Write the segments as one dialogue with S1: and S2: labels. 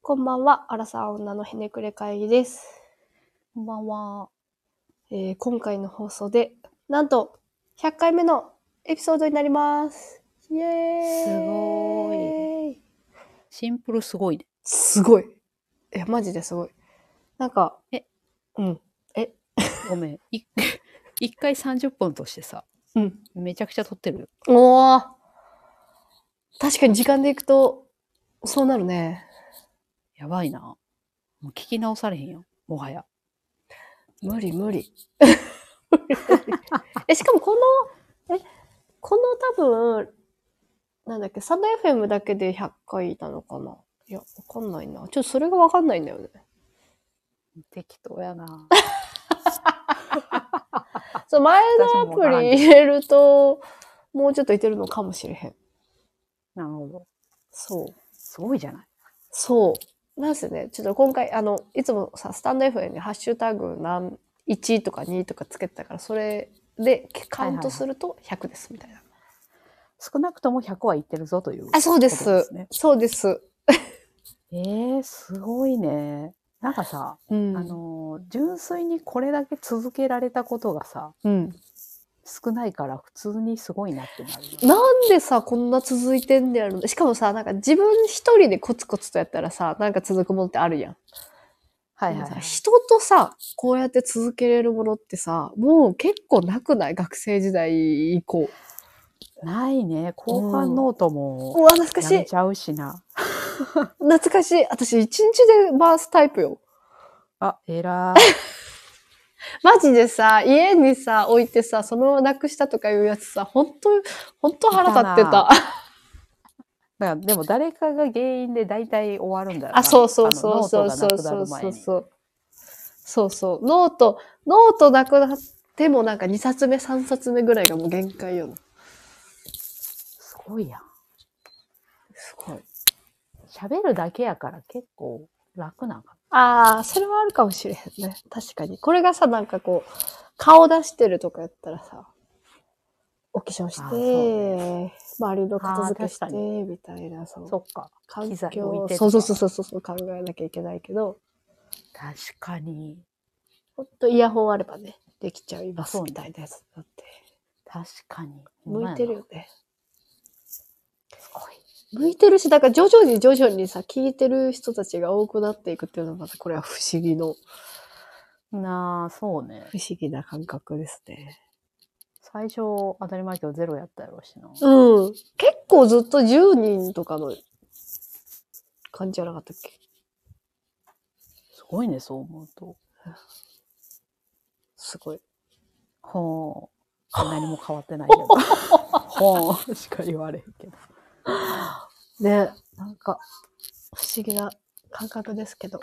S1: こんばんは、アラサー女のひねくれ会議です。
S2: こんばんは。
S1: えー今回の放送で、なんと、100回目のエピソードになります。イエーイ
S2: すご
S1: ーい。
S2: シンプルすごいね。
S1: すごい。いや、マジですごい。なんか、
S2: え、
S1: うん、
S2: ごめん。い 一回30分としてさ、
S1: うん。
S2: めちゃくちゃ撮ってるよ。
S1: おー。確かに時間でいくと、そうなるね。
S2: やばいな。もう聞き直されへんよ。もはや。
S1: 無理無理。 え、しかもこの、え、この多分、なんだっけ、サンダ FM だけで100回なのかないや、わかんないな。ちょっとそれがわかんないんだよね。
S2: 適当やな。
S1: そう、前
S2: 私
S1: の
S2: も
S1: ア
S2: わ
S1: プ
S2: からん
S1: リ入れると、もうちょっといてるのかもしれへん。
S2: なるほど。
S1: そう。
S2: すごいじゃない。
S1: そう。なんすね。ちょっと今回、あの、いつもさ、スタンド FM にハッシュタグ何、1とか2とかつけてたから、それでカウントすると100です、みたいな。
S2: 少なくとも100は言ってるぞという。
S1: あ、そうです。
S2: ことね
S1: そうです。
S2: えー、すごいね。なんかさ、
S1: うん。
S2: あ、のー、純粋にこれだけ続けられたことがさ、
S1: うん。
S2: 少ないから普通にすごいなってなるよね。
S1: なんでさ、こんな続いてんだやろうしかもさ、なんか自分一人でコツコツとやったらさ、なんか続くものってあるやん。
S2: はいはい
S1: で
S2: は
S1: もさ
S2: い。
S1: 人とさ、こうやって続けれるものってさ、もう結構なくない学生時代以降。
S2: ないね。交換ノートも。
S1: うわ、懐か
S2: や
S1: しい
S2: め。ちゃうしな。
S1: 懐かしい。私、一日で回すタイプよ。
S2: あ、えら
S1: マジでさ、家にさ、置いてさ、そのままなくしたとかいうやつさ、本当本当腹立って
S2: いた
S1: た
S2: な。だか らでも誰かが原因で大体終わるんだよな
S1: あ、そうそうそうそうそうそうそうそう。そうそう。ノート、ノートなくなってもなんか2冊目、3冊目ぐらいがもう限界よな。
S2: すごいやん。
S1: すごい。
S2: 喋るだけやから結構楽なんか
S1: ああ、それはあるかもしれへんね。確かに。これがさ、なんかこう、顔出してるとかやったらさ、お化粧し
S2: あー
S1: て、
S2: そう
S1: 周りの片付けし
S2: あー確
S1: て、
S2: か
S1: みたいな、そ
S2: な。
S1: の
S2: そっか。
S1: 環
S2: 機材
S1: 境
S2: 置い
S1: を
S2: て
S1: そう
S2: と
S1: そう
S2: か
S1: そうそうそう考えなきゃいけないけど、
S2: 確かに。
S1: ほんとイヤホンあればね、できちゃいます
S2: そうね
S1: みたいなやつだって。
S2: 確かに。ほん
S1: 向
S2: まや
S1: い
S2: な
S1: てる。よね。
S2: すごい。
S1: 向いてるし、だから徐々に徐々にさ、聞いてる人たちが多くなっていくっていうのはまたこれは不思議の、
S2: なあ、そうね。
S1: 不思議な感覚ですね。
S2: 最初、当たり前やけどゼロやったやろうしな。
S1: うん。結構ずっと10人とかの感じじゃなかったっけ
S2: すごいね、そう思うと。
S1: すごい。
S2: ほう。何も変わってないけど。ほう。しか言われへんけど。
S1: ね、なんか、不思議な感覚ですけど。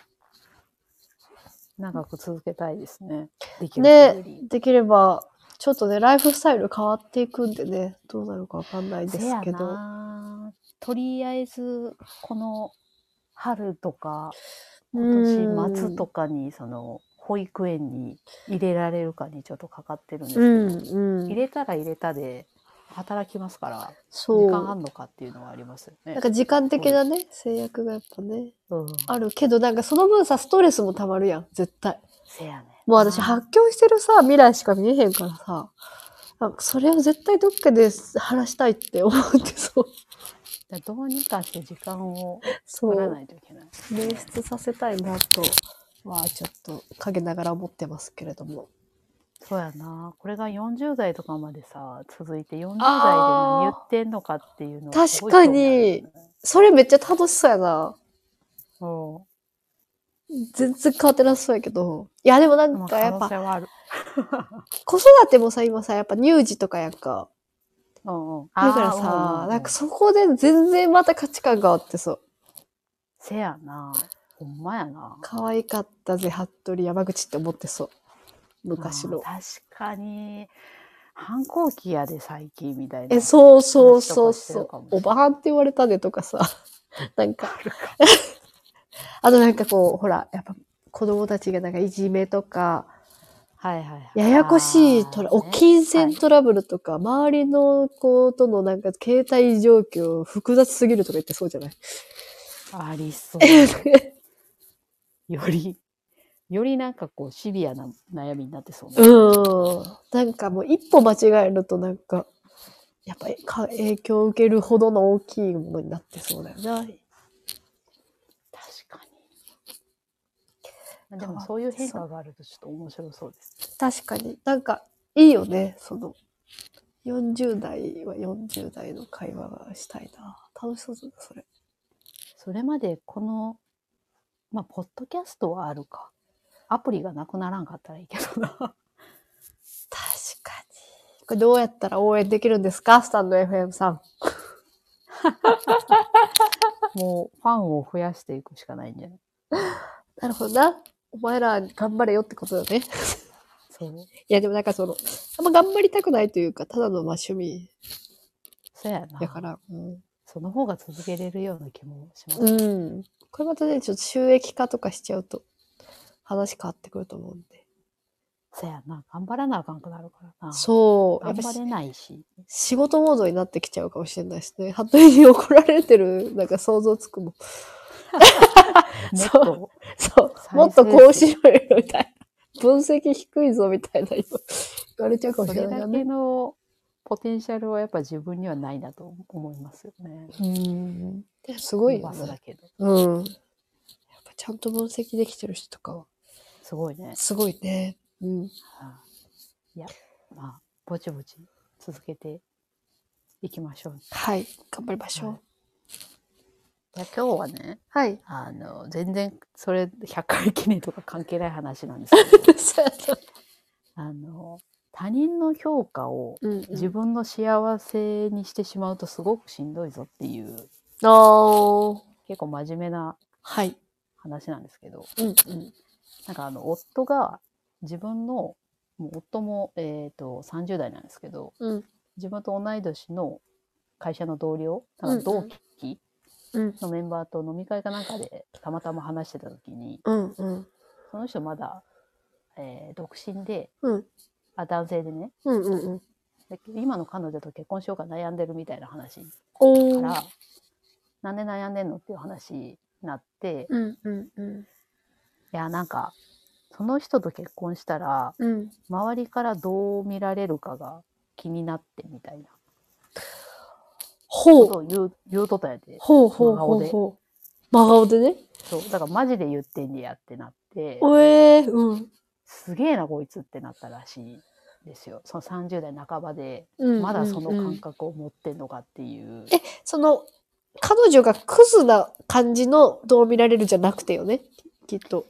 S2: 長く続けたいですね。できる限
S1: ね
S2: り、
S1: できれば、ちょっとね、ライフスタイル変わっていくんでね、どうなるかわかんないです
S2: せや
S1: けど。
S2: なとりあえずこの春とか今年末とかにその保育園に入れられるかにちょっとかかってるんですけ
S1: う
S2: ど、
S1: ん、う
S2: 入
S1: ん。
S2: れたら入れたで働きますから
S1: そ
S2: 時
S1: う。
S2: 間あんのかっていうのはありますよね
S1: なん。か時間的なね、制約がやっぱね、
S2: うん、
S1: あるけど、なんかその分さ、ストレスもたまるやん、絶対。
S2: せやねんな。
S1: もう私発狂してるさ、未来しか見えへんからさ、なんかそれを絶対どっかで話したいって思って そう。
S2: だからどうにかして時間を
S1: そ
S2: 取ら
S1: う。
S2: ないといけない。
S1: 捻出させたいなとは、ちょっと陰ながら思ってますけれども。
S2: そうやな。これが40代とかまでさ、続いて40代で
S1: あー
S2: 何言ってんのかっていうのすご
S1: 確
S2: い
S1: かに
S2: 興味あるよね
S1: それめっちゃ楽しそうやな。
S2: うん
S1: 全然変わってなさそうやけど。いや、でもなんかやっ
S2: まあ可
S1: ぱ、
S2: 能性はある。
S1: 子育てもさ、今さ、やっぱ乳児とかやんか。
S2: うんうん。
S1: だからさ、なんかそこで全然また価値観があってそう。
S2: せやな。ほんまやな。
S1: 可愛かったぜ、服部山口って思ってそう。昔の
S2: うん。確かに。反抗期やで、最近みたいな。
S1: え、そうそう
S2: 話
S1: そ
S2: と
S1: う
S2: かしてる
S1: そ
S2: かもし
S1: う。
S2: れ
S1: お
S2: ない
S1: ばはんって言われたでとかさ。 なんか、
S2: あるか
S1: あとなんかこう、ほら、やっぱ子供たちがなんかいじめとか、
S2: はいはいはい。
S1: ややこしいトラ、
S2: あー
S1: お
S2: ね
S1: 金銭トラブルとか、周りの子とのなんか携帯状況複雑すぎるとか言ってそうじゃない
S2: ありそう。より、よりなんかこうシビアな悩みになってそうな。
S1: うん。なんかもう一歩間違えるとなんか、やっぱりか影響を受けるほどの大きいものになってそうだよな。
S2: 確かに。でもそういう変化があるとちょっと面白そうです。
S1: 確かに。なんか、いいよね。その、40代は40代の会話がしたいな。楽しそうだな、それ。
S2: それまでこの、まあ、ポッドキャストはあるか。アプリがなくならんかったらいいけどな。
S1: 確かに。これどうやったら応援できるんですかスタンド FM さん。
S2: もうファンを増やしていくしかないんじゃない
S1: なるほどな。お前ら頑張れよってことだね。
S2: そう。
S1: いや、でもなんかその、あんま頑張りたくないというか、ただのまあ趣味
S2: そうやな。
S1: だから、うん。
S2: その方が続けれるような気もします。
S1: うん。これまたね、ちょっと収益化とかしちゃうと、話変わってくると思うんで。
S2: そうやな。頑張らなあかんくなるからな。
S1: そう。や
S2: 頑
S1: っぱ
S2: 張れない し。
S1: 仕事モードになってきちゃうかもしれないしね。服部に怒られてる、なんか想像つくもん。
S2: もっ
S1: そう
S2: と。
S1: そう。もっとこうしろよ、みたいな。分析低いぞ、みたいな、今、言われちゃうかも
S2: そ
S1: しれ
S2: れ
S1: ない
S2: だ
S1: ね
S2: け。のポテンシャルはやっぱ自分にはないなと思いますよね。
S1: うん。すごいよ
S2: バスだ
S1: ね。
S2: けど。
S1: うん。やっぱちゃんと分析できてる人とかは、
S2: すごいね。
S1: すごいね。うん。
S2: はいいや、まあ、ぼちぼち続けていきましょう。
S1: はい。頑張りましょう。
S2: いや今日はね、
S1: はい。
S2: あの、全然、それ、100回記念とか関係ない話なんです けど、あの、他人の評価を
S1: うん。
S2: 自分の幸せにしてしまうとすごくしんどいぞっていう、
S1: あー。
S2: 結構真面目な
S1: はい。
S2: 話なんですけど、
S1: うんうん。
S2: なんかあの、夫が自分の、もう夫も、えっ、と、30代なんですけど、
S1: うん。
S2: 自分と同い年の会社の同僚、
S1: うんう
S2: なんんか同期
S1: うん。
S2: のメンバーと飲み会かなんかでたまたま話してた時に、
S1: うんうん。
S2: その人まだ、えー独身で、
S1: うん
S2: あ、男性でね
S1: うんうんうん。
S2: で今の彼女と結婚しようか悩んでるみたいな話か
S1: おー。
S2: ら、なんで悩んでんのっていう話になって、い
S1: うんうんうん。
S2: や、なんか、その人と結婚したら、
S1: うん。
S2: 周りからどう見られるかが気になってみたいな
S1: ほ
S2: こ
S1: う。
S2: とを言う言うとったんやで。
S1: ほうほうほうほう。真顔でね。
S2: そう。だからマジで言ってんねやってなって、
S1: おえー。うん。
S2: すげえなこいつってなったらしいんですよ。その30代半ばで、
S1: うん
S2: まだその
S1: うんう
S2: 感
S1: ん
S2: 覚を持ってんのかっていう。
S1: その、彼女がクズな感じのどう見られるじゃなくてよね。きっと。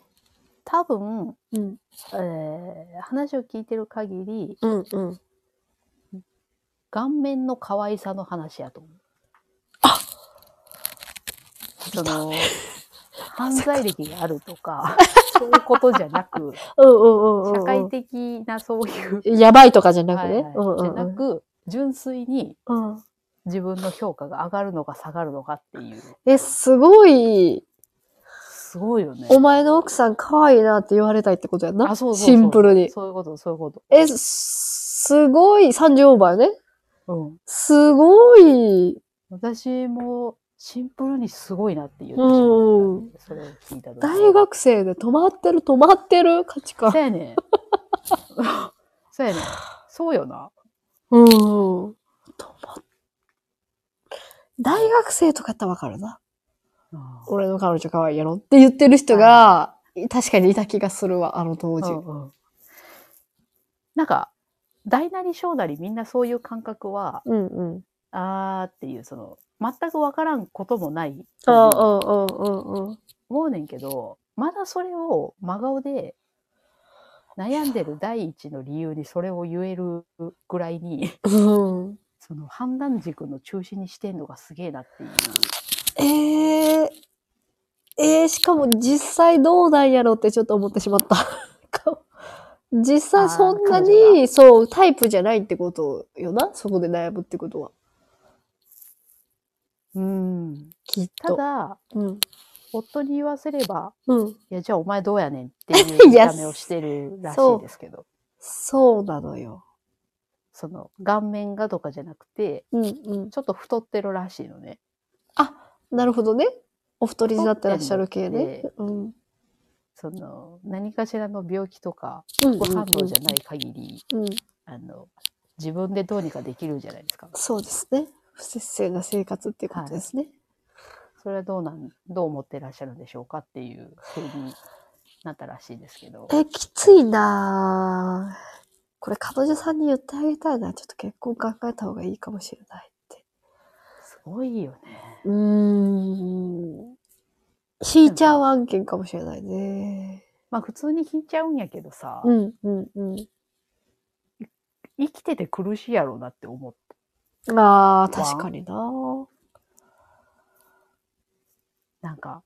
S2: 多分、
S1: うん。
S2: えー話を聞いてる限り、
S1: うんうん。
S2: 顔面の可愛さの話やと思う。
S1: あ
S2: その、犯罪歴があるとか、そういうことじゃなく、
S1: うん うんうんうん。
S2: 社会的なそういう、
S1: やばいとかじゃなく
S2: はい
S1: ね。うん
S2: はいじゃな
S1: うん
S2: く、純粋に
S1: うん。うん
S2: 自分の評価が上がるのか下がるのかっていう。
S1: え、すごい、
S2: すごいよね。
S1: お前の奥さん可愛いなって言われたいってことやんな。
S2: あ、そうそうそ
S1: シ
S2: う
S1: ンプルに。
S2: そういうこと、そういうこと。
S1: え、すすごい、30オーバーね。
S2: うん。
S1: すごい。
S2: 私もシンプルにすごいなって言ってしまった
S1: うん
S2: で。それを聞いた時
S1: 大学生で止まってる、止まってる価値観
S2: そ。うやねん。そうやねん。そうよな。
S1: うん。止まっ大学生とかやったらわかるな。
S2: うん
S1: 俺の彼女可愛いやろって言ってる人が、確かにいた気がするわ、あの当時。
S2: うんうんなんか、大なり小なりみんなそういう感覚は、
S1: うんうん。
S2: あーっていう、その、全くわからんこともない。
S1: ああ、うんうんうんうん。
S2: 思うねんけど、まだそれを真顔で悩んでる第一の理由にそれを言えるぐらいに、
S1: うん。
S2: その判断軸の中心にしてんのがすげえなっていう。
S1: えー、えー、しかも実際どうなんやろってちょっと思ってしまった。 か実際そんな
S2: あー彼女
S1: に、そう、タイプじゃないってことよな、そこで悩むってことは。
S2: うん。
S1: きっ
S2: た
S1: と。
S2: だ、
S1: うん。
S2: 夫に言わせれば、
S1: うん。
S2: いや、じゃあお前どうやねんって いう見
S1: いや
S2: た目をしてるらし
S1: そ
S2: いうですけど、
S1: そうなのよ。
S2: その顔面がとかじゃなくて、
S1: うんうん。
S2: ちょっと太ってるらしいのね。
S1: なるほどね。お太りになってらっしゃる系ね。うん。
S2: その何かしらの病気とか
S1: うん
S2: 副反応じゃない限り、
S1: うん。
S2: あの自分でどうにかできるじゃないですか。
S1: そうですね。不節制な生活っていうことですね。
S2: それはどうなんどう思ってらっしゃるんでしょうかっていうふうになったらしいですけど。
S1: え、きついなぁこれ彼女さんに言ってあげたいな。ちょっと結婚考えた方がいいかもしれないって。
S2: すごいよね。
S1: うーん。引いちゃう案件かもしれないね。
S2: まあ普通に引いちゃうんやけどさ、
S1: うん、うん、うん。
S2: 生きてて苦しいやろうなって思って。
S1: ああ、確かになぁ
S2: なんか、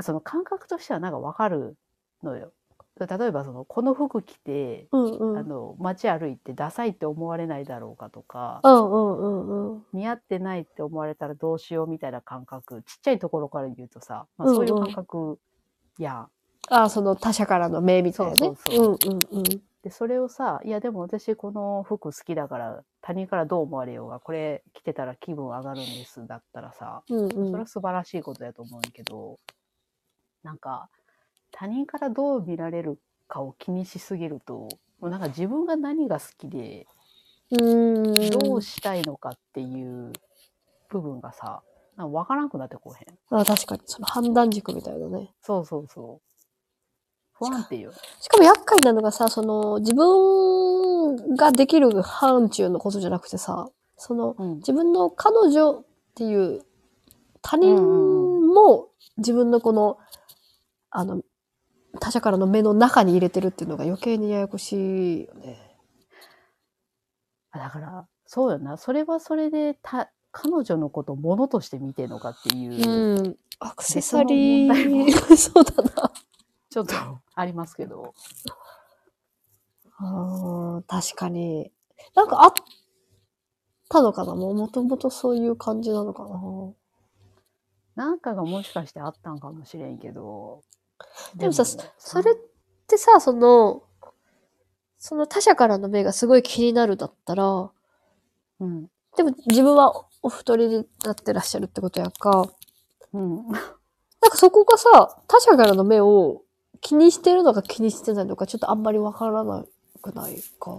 S2: その感覚としてはなんかわかるのよ。例えばその、この服着て、
S1: うんうん。う
S2: あ
S1: ん
S2: の、街歩いてダサいって思われないだろうかとか、
S1: うんうんうん。
S2: 似合ってないって思われたらどうしようみたいな感覚、ちっちゃいところから言うとさ、ま
S1: う
S2: あ、
S1: ん
S2: そううんいう感覚やん、
S1: ああ、その他者からの目みたいなね。。
S2: そうそうそう
S1: んうんうん。
S2: で、それをさ、いやでも私この服好きだから、他人からどう思われようが、これ着てたら気分上がるんですだったらさ、
S1: うん
S2: それ
S1: うん
S2: は、素晴らしいことやと思うんやけど、なんか、他人からどう見られるかを気にしすぎると、もうなんか自分が何が好きで、
S1: うーん
S2: どうしたいのかっていう部分がさ、なんか分からなくなってこうへん。
S1: あ確かに、その判断軸みたいなね。
S2: そうそうそう。不安定よ。
S1: しかも厄介なのがさ、その、自分ができる範疇のことじゃなくてさ、その、
S2: うん。
S1: 自分の彼女っていう、他人
S2: うん
S1: も自分のこの、あの、他者からの目の中に入れてるっていうのが余計にややこしいよね。
S2: あだから、そうよな。それはそれで、た、彼女のことを物として見てるのかっていう、
S1: うん。アクセサリ
S2: 別の
S1: ー、
S2: 問
S1: そうだな。
S2: ちょっとありますけど。
S1: あー確かに。なんかあったのかなもうもともとそういう感じなのかな
S2: なんかがもしかしてあったんかもしれんけど。
S1: でもさそれってさ、その、その他者からの目がすごい気になるだったら、
S2: うん。
S1: でも自分はお太りになってらっしゃるってことやんか。
S2: うん。
S1: なんかそこがさ、他者からの目を気にしてるのか気にしてないのかちょっとあんまりわからなくないか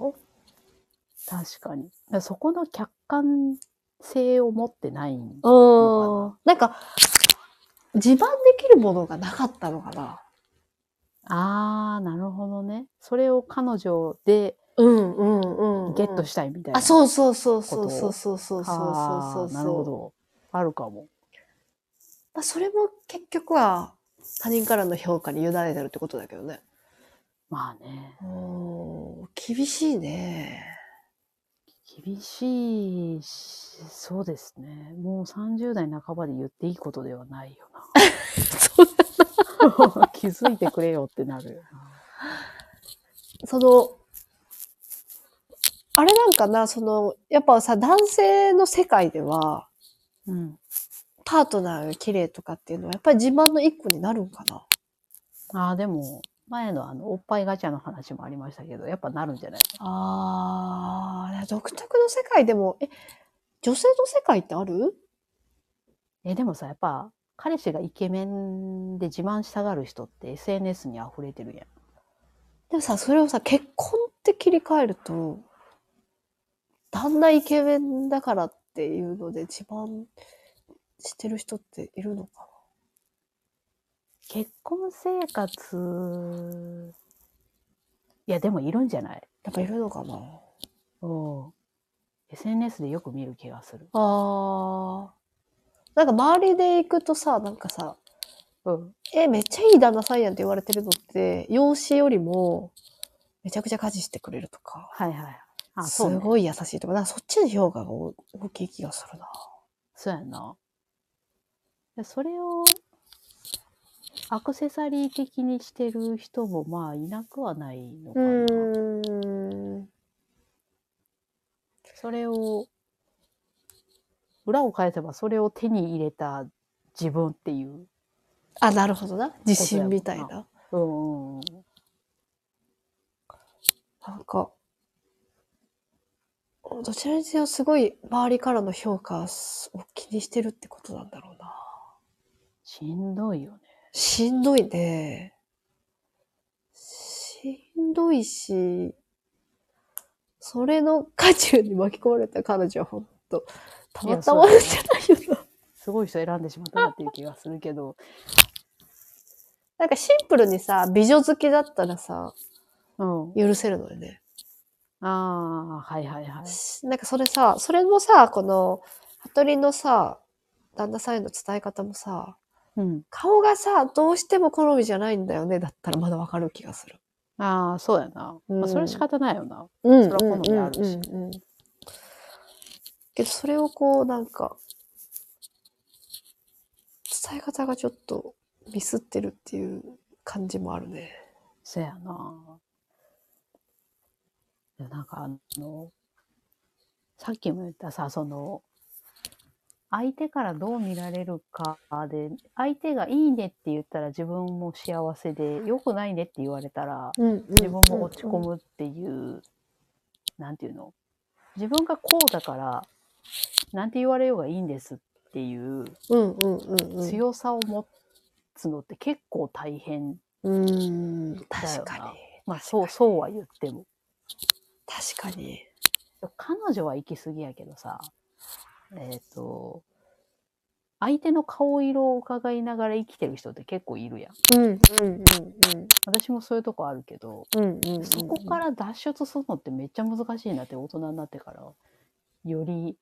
S2: 確かに。だからそこの客観性を持ってないん
S1: うーん。なんか、自慢できるものがなかったのかな
S2: ああ、なるほどね。それを彼女で
S1: うんうんうんうん。
S2: ゲットしたいみたいな。
S1: あ、そうそうそう
S2: こ
S1: そう
S2: と
S1: そうそうそうそう
S2: あー
S1: そうそう。
S2: なるほど。あるかも。
S1: まあ、それも結局は他人からの評価に委ねてるってことだけどね。
S2: まあね。
S1: うん、厳しいね。
S2: 厳しいし、そうですね。もう30代半ばで言っていいことではないよ
S1: そう
S2: な。 気づいてくれよってなるよな。
S1: その、あれなんかな、その、やっぱさ、男性の世界では、
S2: うん。
S1: パートナーが綺麗とかっていうのは、やっぱり自慢の一個になるんかな。
S2: ああ、でも、前のあの、おっぱいガチャの話もありましたけど、やっぱなるんじゃない
S1: あー、独特の世界でも、え、女性の世界ってある
S2: え、でもさ、やっぱ、彼氏がイケメンで自慢したがる人って SNS に溢れてるやん。
S1: でもさ、それをさ、結婚って切り替えると、旦那イケメンだからっていうので自慢してる人っているのか
S2: 結婚生活、いや、でもいるんじゃない
S1: なやっぱいるのかな
S2: うん。SNS でよく見る気がする。
S1: あー。なんか周りで行くとさ、なんかさ、
S2: うん。
S1: え、めっちゃいい旦那さんやんって言われてるのって、養子よりも、めちゃくちゃ家事してくれるとか、
S2: はいはい。あ、
S1: す
S2: そう、ね。
S1: ごい優しいとか、なんかそっちの評価が大きい気がするな。
S2: そうやな。でそれを、アクセサリー的にしてる人もまあいなくはないのかな。
S1: ーん。
S2: それを、裏を返せばそれを手に入れた自分っていう。
S1: あ、なるほどな。自信みたいな。
S2: うんうんうん。
S1: なんか、どちらにせよすごい周りからの評価を気にしてるってことなんだろうな。
S2: しんどいよね。
S1: しんどいね。しんどいし、それの渦中に巻き込まれた彼女はほんと、たまったものじゃないよな。
S2: すごい人選んでしまったなっていう気がするけど。
S1: なんかシンプルにさ、美女好きだったらさ、
S2: うん。
S1: 許せるのよね。
S2: ああ、はいはいはい。
S1: しなんかそれさ、それもさ、この、服部のさ、旦那さんへの伝え方もさ、
S2: うん。
S1: 顔がさ、どうしても好みじゃないんだよね、だったらまだわかる気がする。
S2: ああ、そうやな。
S1: うん
S2: まあ、それは仕方ないよな。
S1: うん
S2: それは好みあるし
S1: うんうんうんけどそれをこうなんか伝え方がちょっとミスってるっていう感じもあるね。
S2: そうやな。いやなんかあの、さっきも言ったさ、その、相手からどう見られるかで、相手がいいねって言ったら自分も幸せで、良くないねって言われたら、自
S1: 自
S2: 分も落ち込。むっていう、なんていうの自分がこうだから、なんて言われようがいいんですっていう
S1: うんうんうんうん。
S2: 強さを持つのって結構大変。
S1: うん確かに
S2: まあそう、そうは言っても。
S1: 確かに。
S2: 彼女は行き過ぎやけどさ、えっ、と、相手の顔色を伺いながら生きてる人って結構いるやん。
S1: うんうんうん
S2: 私もそういうとこあるけど、
S1: うんうんうんうん。
S2: そこから脱出するのってめっちゃ難しいなって大人になってから、より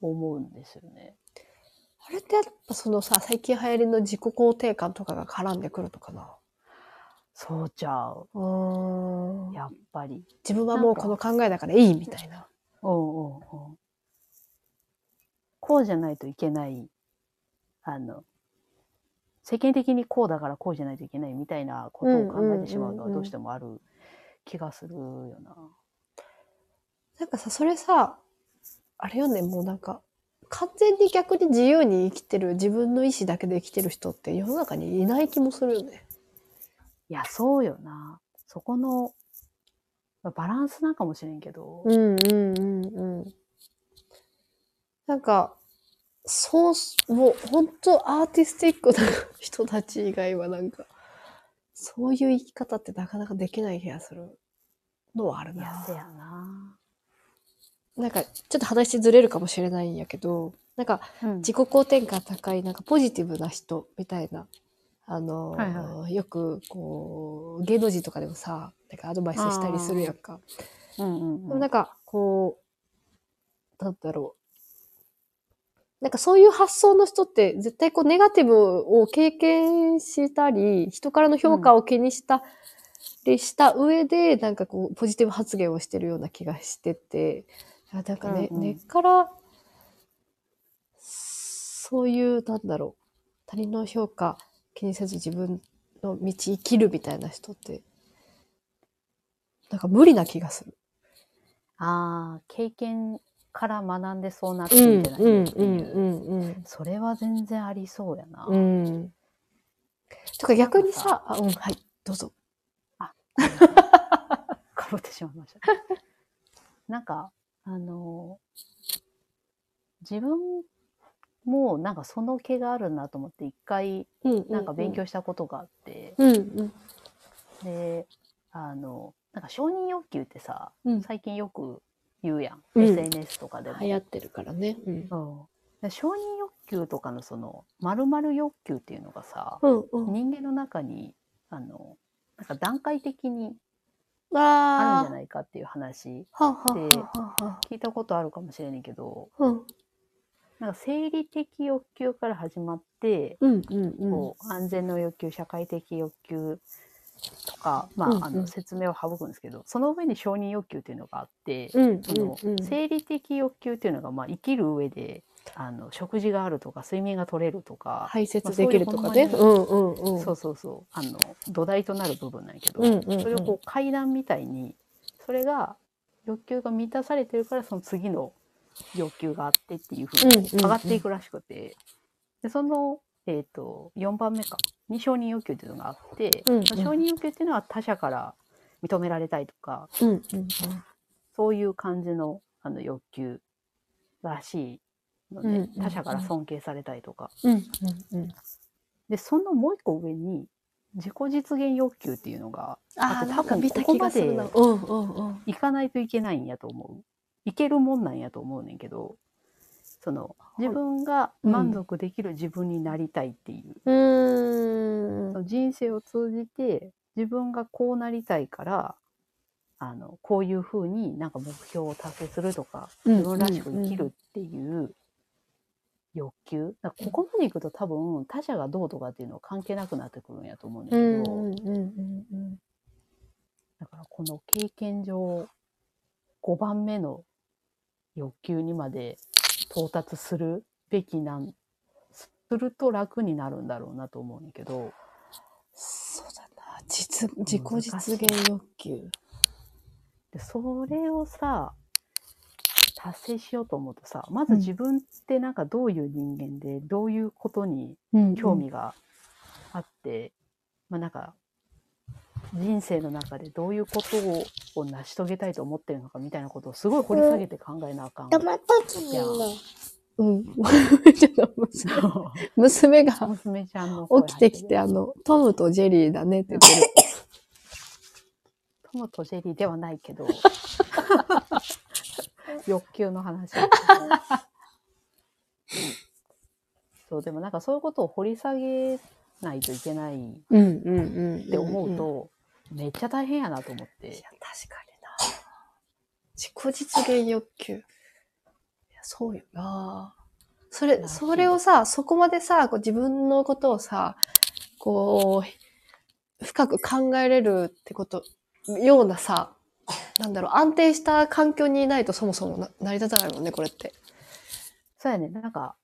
S2: 思うんですよね。
S1: あれってやっぱそのさ最近流行りの自己肯定感とかが絡んでくるのかな。
S2: そうちゃう。
S1: うーん
S2: やっぱり。
S1: 自分はもうこの考えだからいいみたいな。
S2: うんうんうん。こうじゃないといけない。あの、世間的にこうだからこうじゃないといけないみたいなことを考えてしまうの
S1: うんうんうんう
S2: は
S1: ん
S2: どうしてもある気がするよな。
S1: なんかさ、それさ、あれよね、もうなんか、完全に逆に自由に生きてる、自分の意思だけで生きてる人って世の中にいない気もするよね。
S2: いや、そうよな。そこの、まあバランスなんかもしれんけど、
S1: んうんうんうん。なんか、そうす、もう本当アーティスティックな人たち以外はなんか、そういう生き方ってなかなかできない気がするのはある
S2: いや
S1: な。
S2: せやな。
S1: なんか、ちょっと話ずれるかもしれないんやけど、なんか、
S2: うん
S1: 自己肯定感高いなんかポジティブな人みたいな、あのー
S2: はい
S1: よくこう芸能人とかでもさなんかアドバイスしたりするやんか。
S2: うんうん
S1: で
S2: う
S1: も
S2: ん
S1: なんかこうなんだろうなんかそういう発想の人って絶対こうネガティブを経験したり人からの評価を気にしたりした上で、なんかこうポジティブ発言をしてるような気がしててあなんかね、
S2: うんうん
S1: 根っからそういうなんだろう他人の評価気にせず自分の道生きるみたいな人ってなんか無理な気がする。
S2: ああ、経験から学んでそうなって
S1: うんん
S2: じゃない
S1: うん
S2: って
S1: う
S2: い
S1: ん
S2: う
S1: うん
S2: それは全然ありそうやな。
S1: うん。うん。とか逆にさ、あうん、はい、どうぞ。
S2: かぶってしまいました。 なんか、あの自分もなんかその気があるなと思って一回
S1: うん
S2: なんか勉。強したことがあって、
S1: うんうん。
S2: で、あの、なんか承認欲求ってさ、
S1: うん
S2: 最近よく言うやん。
S1: うん
S2: SNS とかでも。
S1: 流行ってるからね。うん。
S2: そうで承認欲求とかのその、〇〇欲求っていうのがさ、
S1: うんうん。
S2: 人間の中に、あの、なんか段階的にあるん
S1: あ
S2: じゃ
S1: ー
S2: ないかっていう話
S1: はあはあはあはあ
S2: 聞いたことあるかもしれないけど、
S1: うん
S2: なんか生理的欲求から始まって、
S1: うんうん
S2: こう安全の欲求、社会的欲求とか、まあ、
S1: うんうん
S2: あの説明を省くんですけど、その上に承認欲求っていうのがあって、
S1: うん。うん
S2: その
S1: うんうん。
S2: 生理的欲求っていうのが、まあ、生きる上で、あの食事があるとか、睡眠が取れるとか、
S1: 排泄できるとかね。
S2: まあ
S1: う
S2: そ
S1: んうんうん。
S2: そうそうそう、あの土台となる部分なんやけど、
S1: うんうんうん
S2: それをこう階段みたいに、それが欲求が満たされてるから、その次の欲求があってっていうふうに
S1: うんうんうん
S2: 上がっていくらしくて、でその、えー、と4番目かに承認欲求っていうのがあって、
S1: うんうん
S2: まあ承認欲求っていうのは他者から認められたいとか
S1: うんうんうん。
S2: そういう感じのあの欲求らしいので、
S1: うんうんうん
S2: 他者から尊敬されたいとか
S1: うんうんうん。
S2: で、そのもう一個上に、自己実現欲求っていうのが、
S1: あ
S2: あと
S1: あ、多
S2: 多分
S1: 分見た気がするな。
S2: こ
S1: うんうんうん。
S2: いかないといけないんやと思う。いけるもんなんやと思うねんけど、その、自分が満足できる自分になりたいっていう。
S1: うーん。
S2: その人生を通じて、自分がこうなりたいから、あの、こういうふうになんか目標を達成するとか、自分らしく生きるっていう欲求。だからここまでいくと多分他者がどうとかっていうのは関係なくなってくるんやと思うんだ
S1: う
S2: けど、
S1: んうんうんうんうん。
S2: だからこの経験上5番目の欲求にまで到達するべきなん、すると楽になるんだろうなと思うんだけど、
S1: そうだな。実、自己実現欲求。
S2: でそれをさ、達成しようと思うとさ、まず自分ってなんかどういう人間で、どういうことに興味があって、まあなんか人生の中でどういうことをを成し遂げたいと思ってるのかみたいなことをすごい掘り下げて考えなあかん。
S3: まったきみんな。
S1: うん。 ちょっと娘
S2: そう
S1: 娘が
S2: 娘ちゃんの声
S1: 起きてきて、
S2: 入っ
S1: あの、トムとジェリーだねって言ってる。
S2: る。トムとジェリーではない けど、欲求の話。そう、でもなんかそういうことを掘り下げないといけないっ
S1: うんうんうん。って
S2: 思う
S1: い
S2: と、めっちゃ大変やなと思って
S1: や、。確かにな。自己実現欲求。いや、そうよな。それ、それをさ、そこまでさ、こう自分のことをさ、こう、深く考えれるってこと、ようなさ、なんだろう、安定した環境にいないとそもそもな成り立たないもんね、これって。
S2: そうやね、なんか、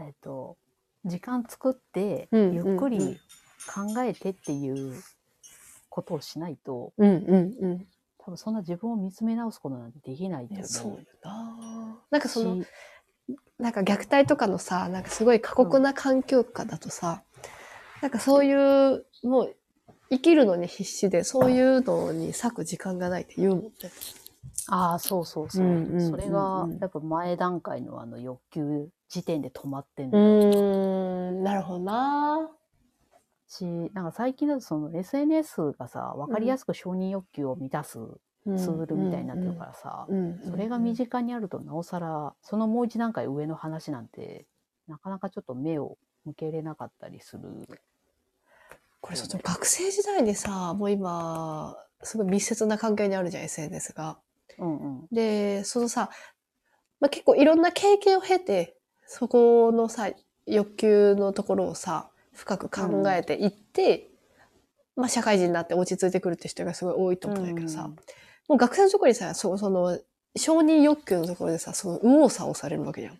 S2: えっ、と、時間作って、
S1: うん
S2: ゆっく
S1: うんう
S2: り
S1: ん
S2: 考えてっていうことをしないと、
S1: うんうんうん。
S2: 多分そんな自分を見つめ直すことなんてできない
S1: い
S2: と
S1: や、そう
S2: 思
S1: よ
S2: う。
S1: な。なんかその、
S2: し
S1: なんか虐待とかのさ、なんかすごい過酷な環境下だとさ、なんかそういう、もう生きるのに必死で、そういうのに割く時間がないって言うもんね。
S2: ああ、そうそうそう。
S1: うんうんうんうん
S2: それが、やっぱ前段階のあの欲求時点で止まってんの
S1: ーん、なるほどな
S2: し、なんか最近だとその SNS がさ、わかりやすく承認欲求を満たすツールみたいになってるからさ、
S1: うん。
S2: それが身近にあるとなおさら、そのもう一段階上の話なんて、なかなかちょっと目を向けれなかったりする。
S1: これちょっと学生時代にさ、もう今、すごい密接な関係にあるじゃん、SNS が。
S2: うんうん。
S1: で、そのさ、まあ、結構いろんな経験を経て、そこのさ、欲求のところをさ、深く考えていって、まあ社会人になって落ち着いてくるって人がすごい多いと思うんだけどさ、
S2: うん
S1: もう学生のところにさ、そその、承認欲求のところでさ、その右往左往されるわけじゃん。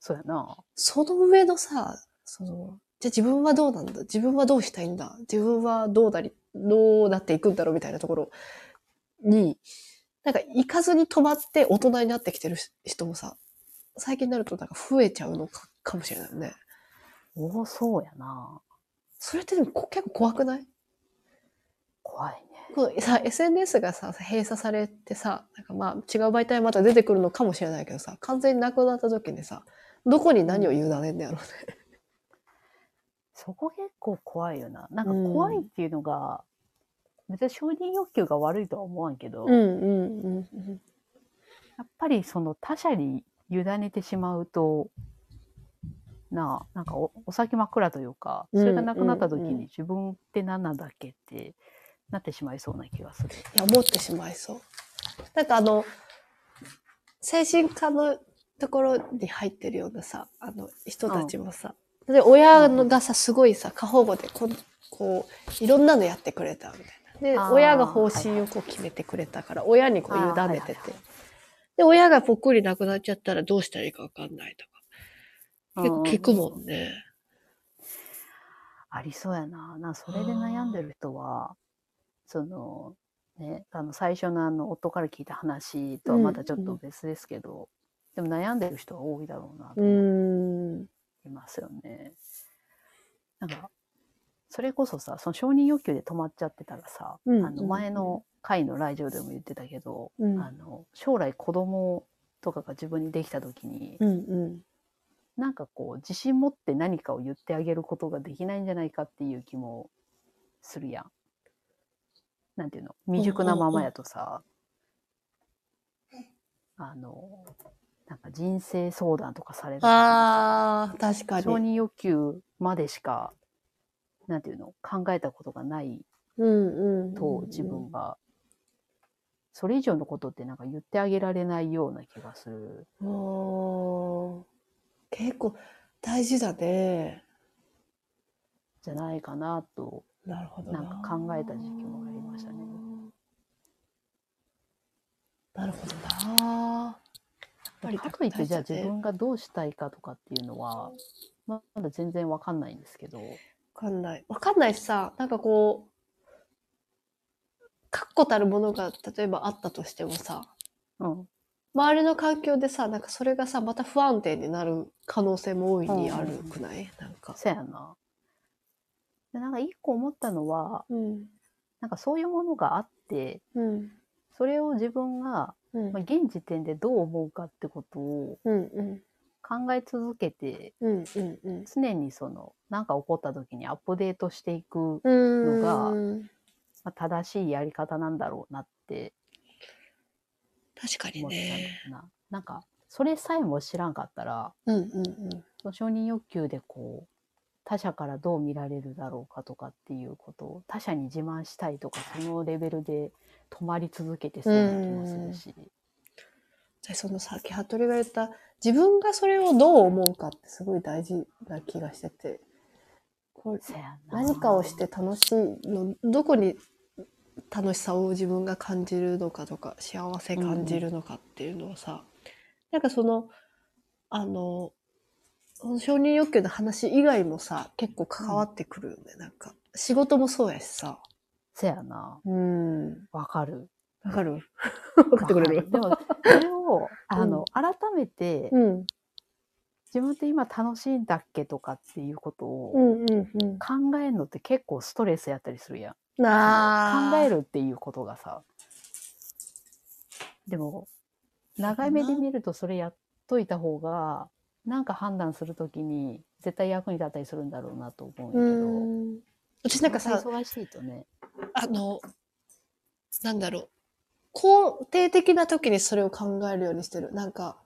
S2: そうやな。
S1: その上のさ、その、じゃあ自分はどうなんだ自分はどうしたいんだ自分はどうなり、どうなっていくんだろうみたいなところに、なんか行かずに止まって大人になってきてるし人もさ、最近になるとなんか増えちゃうのかかもしれないよね。
S2: 多そうやな。
S1: それってでもこ結構怖くない
S2: 怖いね。
S1: このさ、SNS がさ、閉鎖されてさ、なんかまあ違う媒体また出てくるのかもしれないけどさ、完全になくなった時にさ、どこに何を委ねんだろうね。
S2: そこ結構怖いよな。なんか怖いっていうのが、別に承認欲求が悪いとは思わんけど、
S1: ん
S2: や
S1: うんうん。
S2: っぱりその他者に委ねてしまうと、なあ、なんかおお先枕というか、それがなくなった
S1: うん
S2: 時
S1: うんうん
S2: に自分って何なんだっけってなってしまいそうな気がする。
S1: いや、思ってしまいそう。なんかあの、精神科のところに入ってるようなさ、あの人たちもさ、で親のがさ、すごいさ、過保護でこん、こう、いろんなのやってくれたみたいな。
S2: あ
S1: で、
S2: ー
S1: 親が方針をこう決めてくれたから、親にこう
S2: あー
S1: 委ねて
S2: はいはい
S1: て。で、親がぽっくり亡くなっちゃったらどうしたらいいかわかんないとか。結構聞くも
S2: うん
S1: ね。
S2: ありそうやな。なそれで悩んでる人は、その、ね、あの最初のあの夫から聞いた話とはまたちょっと別ですけど、でも悩んでる人は多いだろうなと
S1: う
S2: 思
S1: ーん。
S2: いますよね。なんか、それこそさ、その承認欲求で止まっちゃってたらさ、
S1: うん
S2: あの前の回の来場でも言ってたけど、
S1: うん
S2: あの将来子供とかが自分にできた時に、
S1: うんうん。
S2: なんかこう自信持って何かを言ってあげることができないんじゃないかっていう気もするやん。なんていうの未熟なままやとさ、あのなんか人生相談とかされるとさ
S1: ああ、確か
S2: 承
S1: に。
S2: 認欲求までしかなんていうの考えたことがない
S4: うんうん。
S2: と自分がそれ以上のことってなんか言ってあげられないような気がする。
S1: もう、結構大事だね。
S2: じゃないかなと。
S1: なるほど
S2: なんか考えた時期もありましたね。
S1: なるほどな。やっぱり
S2: かといってじゃあ自
S1: 大事だね
S2: 分がどうしたいかとかっていうのはままだ全然わかんないんですけど、
S1: わかんない。
S4: わかんないしさ、なんかこう、確固たるものが
S1: 例えばあったとしてもさ、
S2: うん、
S4: 周りの環境でさ、なんかそれがさ、また不安定になる可能性も多い
S1: 意
S4: に
S1: 味
S4: あ
S1: あ
S4: る。
S1: るくないなんか。
S2: そやな。でなんか一個思ったのは
S4: うん。
S2: なんかそういうものがあって
S4: うん。
S2: それを自分が、
S4: うん
S2: まあ、。現時点でどう思うかってことを
S4: うん。うん。
S2: 考え続けて
S4: うん。うん。うん。
S2: 常にそのなんか起こった時にアップデートしていく、
S4: うん。
S2: のが
S4: うん
S2: まあ、正しいやり方なんだろうなって
S1: 確かに
S2: 思ったの
S1: ね。
S2: かな。なんかそれさえも知らんかったら
S1: うんうんうん。
S2: その承認欲求でこう他者からどう見られるだろうかとかっていうことを他者に自慢したいとかそのレベルで止まり続けてそうな気もするし、
S1: でそのさっき服部が言った自分がそれをどう思うかってすごい大事な気がしててこう
S2: せやな
S1: 何かをして楽しいのどこに楽しさを自分が感じるのかとか幸せ感じるのかっていうのをさ、なんかそのあのその承認欲求の話以外もさ結構関わってくるよね、なんか仕事もそうやしさ
S2: せやな
S1: うん
S2: わかる
S1: わかる わかってくれ
S2: わか
S1: る
S2: でもそれをあの、改めて
S1: うん
S2: 自分って今楽しいんだっけとかっていうこと
S1: う
S2: を
S1: んうんうん
S2: 考えるのって結構ストレスやったりするやん
S1: なあ
S2: 考えるっていうことがさでも長い目で見るとそれやっといた方がなんか判断するときに絶対役に立ったりするんだろうなと思うんや
S1: うん私
S2: けど
S1: なんかさ、
S2: 忙しいとね
S1: あの、なんだろう。肯定的な時にそれを考えるようにしてる。なんか、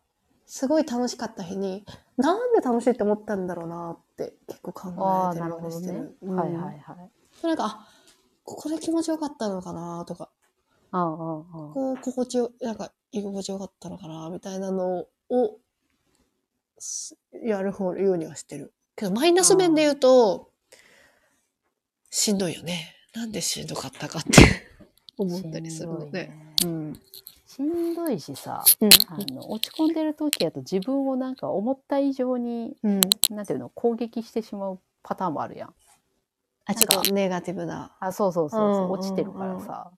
S1: すごい楽しかった日に、なんで楽しいって思ったんだろうなって結構
S2: あ
S1: 考
S2: あ
S1: えて
S2: な
S1: る
S2: る
S1: よう
S2: ほ
S1: に
S2: ど
S1: して
S2: ね
S1: る。、うん
S2: はいはいはい
S1: なんか、あ、ここで気持ちよかったのかなとか、
S2: あああ
S1: ここ心地よ、なんか居心地よかったのかなみたいなのを、すやる方ようにはしてる。けど、マイナス面で言うと、しんどいよね。なんでしんどかったかって思ったりするので。うん。
S2: しんどいしさ
S1: うん。
S2: あの落ち込んでる時やと自分をなんか思った以上に
S1: うん。
S2: なんていうの攻撃してしまうパターンもあるやん
S1: あ、ちょっとネガティブな。
S2: あ、そうそうそうそう、
S1: うん
S2: 落ちてるからさ、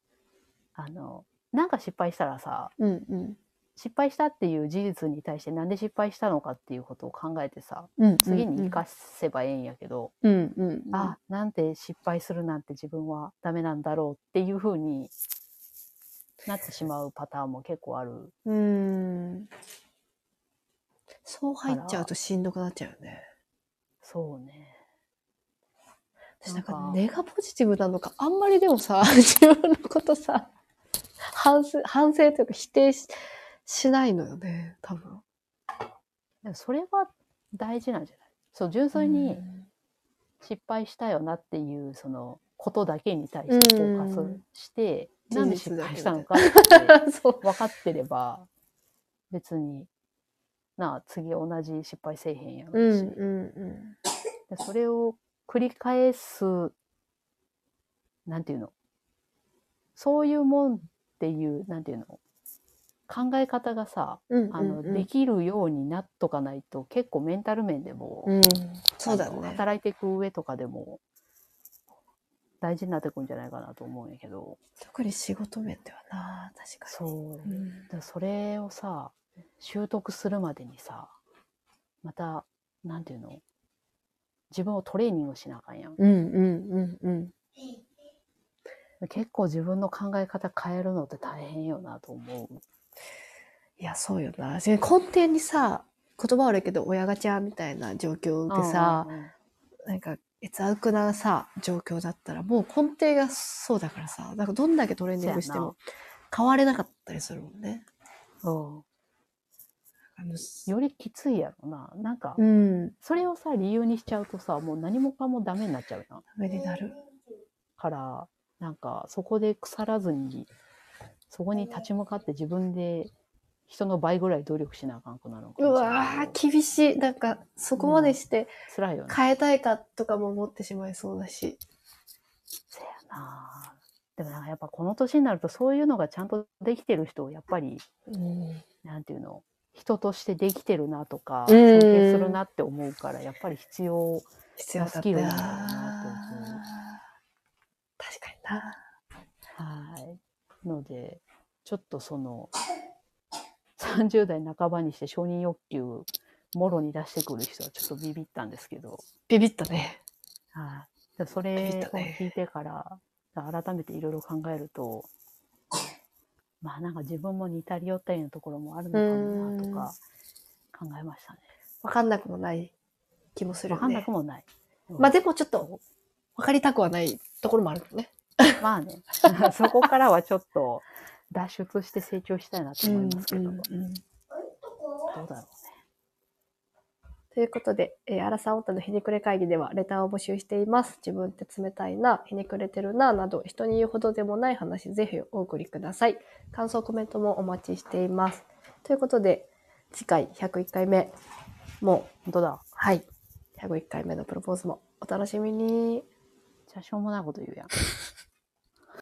S2: あの、なんか失敗したらさ、
S1: うんうん。
S2: 失敗したっていう事実に対してなんで失敗したのかっていうことを考えてさ、
S1: うん
S2: 次に生かせばええんやけど、
S1: うんうん。あ、
S2: あ、なんて失敗するなんて自分はダメなんだろうっていうふうになってしまうパターンも結構ある。
S1: うん。そう入っちゃうとしんどくなっちゃうよね。
S2: そうね。
S1: 私な
S2: なんんか
S1: かネガポジティブなのか、あんまりでも さ、自分のことさ、反省、反省というか否定ししないのよね、多分。
S2: でもそれは大事なんじゃないそう、純粋に失敗したよなっていうそのことだけに対してフォーカスして、
S1: うん
S2: なんで
S1: 事実
S2: 失
S1: だけ
S2: 敗
S1: み
S2: したた
S1: い
S2: の
S1: な
S2: かって
S1: うん。 そう。
S2: 分かってれば別になあ次同じ失敗せえへんやろ
S4: うん
S2: し、
S4: うん
S2: でそれを繰り返すなんていうのそういうもんっていうなんていうの考え方がさ
S4: うん。
S2: あの、
S4: うんうん
S2: できるようになっとかないと結構メンタル面でも、
S1: うん。そうだ
S2: あの
S1: ね。
S2: 働いていく上とかでも大事になってくんじゃないかなと思うんやけど
S1: 特に仕事面ではな、確か
S2: そう
S1: に。うん
S2: だからそれをさ習得するまでにさまたなんていうの自分をトレーニングしなあかんやん
S1: うんうんうんうん。
S2: 結構自分の考え方変えるのって大変よなと思う
S1: いや、そうよな。で根底にさ、
S3: 言葉悪いけど親ガチャみたいな状況でさ、なんか劣悪なさ状況だったらもう根底がそうだからさなんかどんだけトレーニングしても変われなかったりするもんね。
S2: うんうん
S3: あの
S2: よりきついやろな。なんか、
S3: うん
S2: それをさ、理由にしちゃうとさ、もう何もかもダメになっちゃうな。
S3: ダメになる。
S2: から、なんか、そこで腐らずに、そこに立ち向かって自分で人の倍ぐらい努力しなあかんくなるのか
S1: う
S2: もしれ
S1: わ
S2: ないけ
S1: ー
S2: ど
S1: 厳しい。なんか、そこまでして
S2: 辛いよね。
S1: 変えたいかとかも思ってしまいそうだし。
S2: せやなでもなんかやっぱこの年になるとそういうのがちゃんとできてる人をやっぱり、
S3: うん
S2: なんていうの、人としてできてるなとか、
S1: うん
S2: 尊敬するなって思うから、やっぱり必要。
S3: 必要だった
S2: スキルなんだろうな
S3: 確かにな。
S2: はい。ので、ちょっとその、30代半ばにして承認欲求、もろに出してくる人はちょっとビビったんですけど、
S3: ビビったね。
S2: はい。でそ
S3: ビビっ
S2: れ
S3: た
S2: を
S3: ね
S2: 聞いてから、改めていろいろ考えると、まあなんか自分も似たり寄ったりのところもあるのかもなとか考えましたね。
S3: わかんなくもない気もする
S2: わ
S3: よ
S2: かんな
S3: ね
S2: く。もない。
S3: まあでもちょっとわかりたくはないところもあるけどね。
S2: まあね、 そこからはちょっと脱出して成長したいなと思いますけど、どうだろう。
S1: ということで、えー、アラサーオタのひねくれ会議ではレターを募集しています。自分って冷たいな、ひねくれてるな、など、人に言うほどでもない話、ぜひお送りください。感想、コメントもお待ちしています。ということで、次回101回目も、
S2: 本当だ。
S1: はい、101回目のプロポーズもお楽しみに。
S2: じゃあしょうもないこと言うやん。